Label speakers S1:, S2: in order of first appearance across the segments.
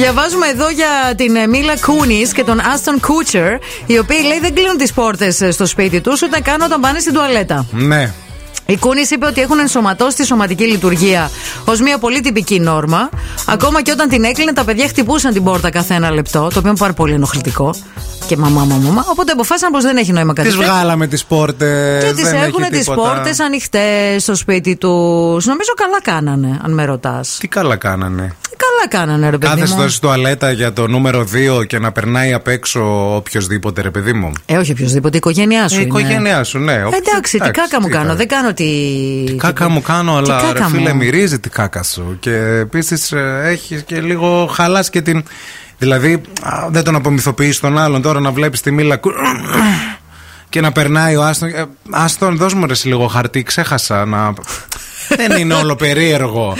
S1: Διαβάζουμε εδώ για την ε, Μίλα Κούνης και τον Άστον Κούτσερ, οι οποίοι λέει δεν κλείνουν τις πόρτες στο σπίτι τους ούτε καν όταν πάνε στην τουαλέτα.
S2: Ναι.
S1: Η Κούνης είπε ότι έχουν ενσωματώσει τη σωματική λειτουργία ως μια πολύ τυπική νόρμα. Ακόμα και όταν την έκλεινε, τα παιδιά χτυπούσαν την πόρτα κάθε ένα λεπτό, το οποίο είναι πάρα πολύ ενοχλητικό. Και μαμά, μαμά, μαμά. Οπότε αποφάσισαν πως δεν έχει νόημα κάτι
S2: Τις
S1: τέτοιο.
S2: βγάλαμε τις πόρτες.
S1: Και τις έχουν τι πόρτες ανοιχτές στο σπίτι τους. Νομίζω καλά κάνανε, αν με ρωτάς.
S2: Τι καλά κάνανε.
S1: Καλά κάνανε, ρε παιδί
S2: Κάθε
S1: μου.
S2: στο τουαλέτα για το νούμερο 2 και να περνάει απ' έξω οποιοδήποτε, ρε παιδί μου.
S1: Ε, όχι οποιοδήποτε, η οικογένειά σου.
S2: Η
S1: είναι.
S2: οικογένειά σου, ναι.
S1: Ε, Εντάξει, τι κάκα μου κάνω. Δεν κάνω τη.
S2: Τι κάκα μου κάνω,
S1: Τι
S2: αλλά
S1: κάκα
S2: ρε
S1: μου.
S2: φίλε, μυρίζει τη κάκα σου. Και επίσης έχεις και λίγο χαλάς και την. Δηλαδή, α, δεν τον απομυθοποιείς τον άλλον τώρα να βλέπεις τη μήλα. κου- Και να περνάει ο Άστον. Ε, Άστον, δώσ' μου ρε εσύ λίγο χαρτί, ξέχασα να. δεν είναι όλο περίεργο.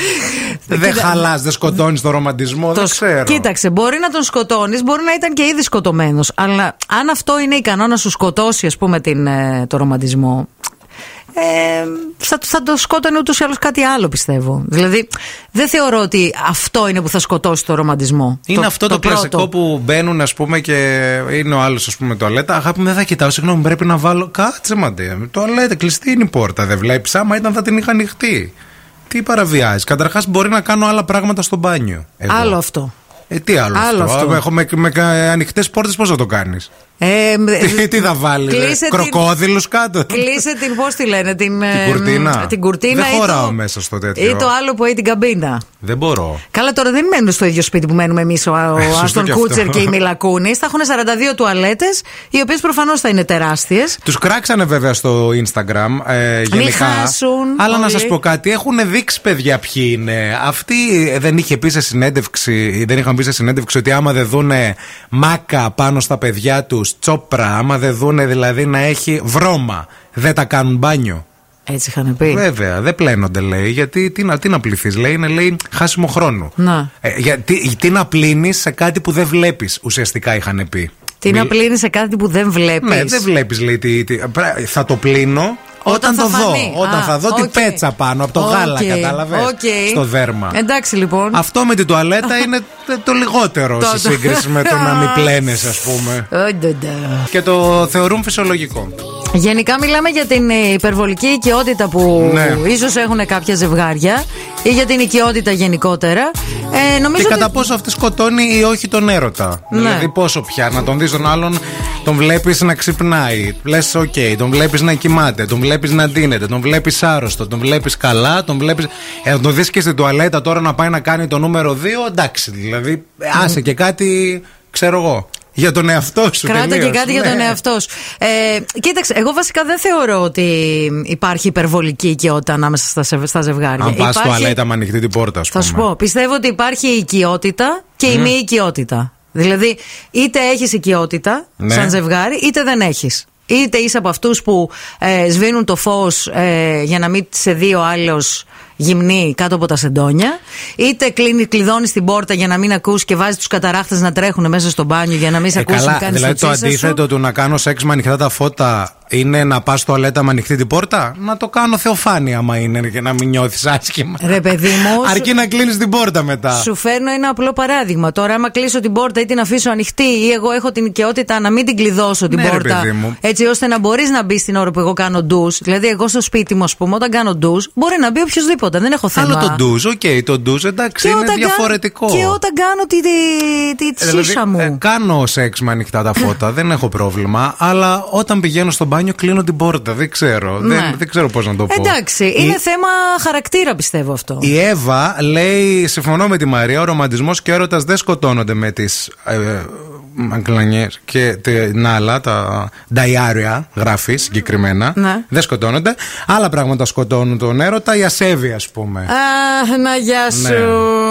S2: δεν χαλά, δεν σκοτώνεις τον ρομαντισμό.
S1: Ε, Το
S2: δεν
S1: σ-
S2: ξέρω.
S1: Κοίταξε, μπορεί να τον σκοτώνεις, μπορεί να ήταν και ήδη σκοτωμένος. Αλλά αν αυτό είναι ικανό να σου σκοτώσει, ας πούμε, την, ε, το ρομαντισμό. Ε, θα, θα το σκότωνε ούτως ή άλλως κάτι άλλο, πιστεύω. Δηλαδή, δεν θεωρώ ότι αυτό είναι που θα σκοτώσει το ρομαντισμό.
S2: Είναι αυτό το, κλασικό
S1: πρώτο.
S2: που μπαίνουν, ας πούμε, και είναι ο άλλος, ας πούμε, τουαλέτα. Αγάπη, μου, δεν θα κοιτάω. Συγγνώμη, πρέπει να βάλω. Κάτσε, μαντέ. Τουαλέτα, κλειστή είναι η πόρτα. Δεν βλέπεις. Άμα ήταν, θα την είχα ανοιχτή. Τι παραβιάζει. Καταρχάς, μπορεί να κάνω άλλα πράγματα στο μπάνιο. εγώ.
S1: Άλλο αυτό.
S2: Ε, τι άλλο,
S1: Άλλο αυτό.
S2: Α, Έχω με, με ανοιχτές πόρτες, πώς θα το κάνεις.
S1: Ε,
S2: τι, τι θα βάλει,
S1: κλείσε την-
S2: κροκόδηλους κάτω.
S1: Κλείσε την, πώς τη λένε, την, ε,
S2: κουρτίνα.
S1: Την κουρτίνα
S2: Δεν
S1: ή το-
S2: χωράω μέσα στο τέτοιο.
S1: Ή το άλλο που έχει την καμπίνα.
S2: Δεν μπορώ.
S1: Καλά, τώρα δεν μένουν στο ίδιο σπίτι που μένουμε εμείς ο, ο
S2: Ε, Σωστό
S1: Άστον
S2: και αυτό.
S1: Κούτσερ και η Μιλακούνης. Θα έχουν 42 τουαλέτες, οι οποίες προφανώς θα είναι τεράστιες.
S2: Τους κράξανε βέβαια στο Instagram ε, γενικά.
S1: χάσουν
S2: αλλά να
S1: πολύ.
S2: σας πω κάτι, έχουν δείξει παιδιά ποιοι είναι. Αυτή ε, δεν είχε πει σε συνέντευξη, δεν είχαν πει σε συνέντευξη ότι άμα δεν δούνε μάκα πάνω στα παιδιά τους, τσόπρα, άμα δεν δούνε δηλαδή να έχει βρώμα, δεν τα κάνουν μπάνιο.
S1: Έτσι είχαν πει.
S2: Βέβαια, δεν πλένονται λέει, γιατί τι να, τι να πληθείς, λέει, είναι λέει χάσιμο χρόνο.
S1: Να.
S2: Ε, γιατί τι να πλύνεις σε κάτι που δεν βλέπεις, ουσιαστικά είχαν πει.
S1: Τι
S2: Μιλ-
S1: να πλύνεις σε κάτι που δεν βλέπει.
S2: ναι, δεν βλέπεις, λέει. Τι, τι- πρά- θα το πλύνω όταν,
S1: θα
S2: το
S1: φανεί.
S2: δω. Όταν
S1: Α,
S2: θα δω την
S1: οκ.
S2: πέτσα πάνω από το
S1: Οκ.
S2: γάλα, κατάλαβες.
S1: Οκ.
S2: Στο δέρμα.
S1: Εντάξει λοιπόν.
S2: Αυτό με την τουαλέτα είναι τε- το λιγότερο
S1: Το-
S2: σε
S1: το-
S2: σύγκριση με το να μην πλένεσαι, ας πούμε.
S1: Οντοντα.
S2: Και το θεωρούν φυσιολογικό.
S1: Γενικά μιλάμε για την ε, υπερβολική οικειότητα που
S2: Ναι.
S1: ίσως έχουν κάποια ζευγάρια ή για την οικειότητα γενικότερα. Ε, νομίζω
S2: Και
S1: ότι...
S2: κατά πόσο αυτή σκοτώνει ή όχι τον έρωτα.
S1: Ναι.
S2: Δηλαδή, πόσο πια να τον δεις τον άλλον, τον βλέπεις να ξυπνάει. Λες, οκ, τον βλέπεις να κοιμάται, τον βλέπεις να ντύνεται, τον βλέπεις άρρωστο, τον βλέπεις καλά, τον βλέπεις. Ε, να τον δεις και στην τουαλέτα τώρα να πάει να κάνει το νούμερο 2, εντάξει. Δηλαδή, ε, άσε και κάτι, ξέρω εγώ. Για τον εαυτό σου.
S1: Κράτα και
S2: τελείως.
S1: κάτι
S2: Ναι.
S1: για τον εαυτό σου. Ε, κοίταξε, εγώ βασικά δεν θεωρώ ότι υπάρχει υπερβολική οικειότητα ανάμεσα στα, σε- στα ζευγάρια.
S2: Αν πας
S1: Υπάρχει-
S2: τουαλέτα με ανοιχτή την πόρτα, ας πούμε.
S1: Θα σου πω, πιστεύω ότι υπάρχει η οικειότητα και η μη οικειότητα. Δηλαδή, είτε έχεις οικειότητα
S2: Ναι.
S1: σαν ζευγάρι, είτε δεν έχεις. Είτε είσαι από αυτούς που ε, σβήνουν το φως ε, για να μην σε δει ο άλλος γυμνή κάτω από τα σεντόνια, είτε κλείνει, κλειδώνει την πόρτα για να μην ακούς και βάζει τους καταράχτες να τρέχουν μέσα στο μπάνιο για να μην σε
S2: Ε,
S1: ακούσουν
S2: καλά,
S1: καν
S2: δηλαδή
S1: στο
S2: το
S1: τσίσα
S2: αντίθετο
S1: σου.
S2: του να κάνω σεξ με ανοιχτά τα φώτα είναι να πας στο αλέτα με ανοιχτή την πόρτα. Να το κάνω θεοφάνη άμα είναι και να μην νιώθεις άσχημα.
S1: Ρε παιδί μου, σου-
S2: Αρκεί να κλείνεις την πόρτα μετά.
S1: Σου φέρνω ένα απλό παράδειγμα. Τώρα, άμα κλείσω την πόρτα ή την αφήσω ανοιχτή, ή εγώ έχω την οικειότητα να μην την κλειδώσω την
S2: Ναι, ρε
S1: πόρτα.
S2: παιδί μου.
S1: Έτσι ώστε να μπορείς να μπεις την ώρα που εγώ κάνω ντους. Δηλαδή, εγώ στο σπίτι μου, ας πούμε, όταν κάνω ντους, μπορεί να μπει οποιοδήποτε. Δεν έχω θέμα.
S2: Άλλο το ντουζ, οκ, το ντουζ εντάξει,
S1: Και
S2: είναι
S1: όταν κάνω-
S2: διαφορετικό.
S1: Και όταν κάνω τη, τη, τη
S2: Ε, δηλαδή,
S1: σίσα μου.
S2: ε, κάνω σεξ με ανοιχτά τα φώτα, δεν έχω πρόβλημα. Αλλά όταν πηγαίνω στο μπάνιο, κλείνω την πόρτα. Δεν ξέρω.
S1: Ναι.
S2: Δεν, δεν ξέρω πώς να το πω.
S1: Εντάξει,
S2: Η-
S1: είναι θέμα χαρακτήρα πιστεύω αυτό.
S2: Η Εύα λέει: Συμφωνώ με τη Μαρία, ο ρομαντισμός και ο έρωτας δεν σκοτώνονται με τις ε, μαγκλανιέ και την άλλα, τα νταϊάρια, γράφει συγκεκριμένα.
S1: Ναι.
S2: Δεν σκοτώνονται. Άλλα πράγματα σκοτώνουν τον έρωτα, η ασέβεια, ας πούμε.
S1: Α, να γεια σου.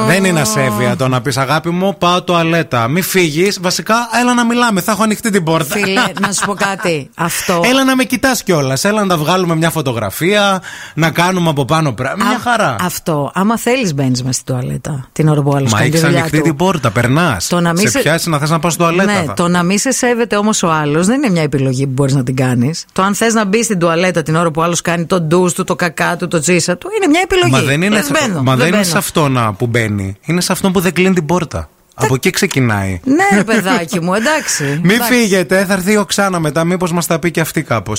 S2: Ναι. Δεν είναι ασέβεια το να πεις αγάπη μου, πάω τουαλέτα. Μη φύγεις. Βασικά, έλα να μιλάμε. Θα έχω ανοιχτή την πόρτα.
S1: Φίλε, να σου πω κάτι. Αυτό.
S2: Έλα να με κοιτάς κιόλας. Έλα να τα βγάλουμε μια φωτογραφία, να κάνουμε από πάνω πράγματα. Μια
S1: Α-
S2: χαρά.
S1: Αυτό. Άμα θέλεις, μπαίνεις μες στην τουαλέτα την ώρα που ο άλλο
S2: Μα
S1: κάνει τη
S2: έχει
S1: δουλειά
S2: ανοιχτή
S1: του.
S2: την πόρτα, περνάς.
S1: Το να μην
S2: σε
S1: σε-
S2: πιάσεις να θες να πας στο τουαλέτα.
S1: Ναι,
S2: θα-
S1: το να μην σε σέβεται όμως ο άλλος δεν είναι μια επιλογή που μπορείς να την κάνεις. Το αν θες να μπεις στην τουαλέτα την ώρα που ο άλλος κάνει το ντους του, το κακά του, το τζίσα του, είναι μια επιλογή.
S2: Μα δεν είναι,
S1: Λες, μπαίνω,
S2: μα δεν είναι
S1: μπαίνω.
S2: σε αυτό να που μπαίνει. Είναι σε αυτό που δεν κλείνει την πόρτα. Από εκεί ξεκινάει.
S1: Ναι, ρε παιδάκι μου, εντάξει.
S2: Μην
S1: εντάξει.
S2: φύγετε, θα έρθει η Οξάνα μετά. Μήπως μας τα πει και αυτή κάπως.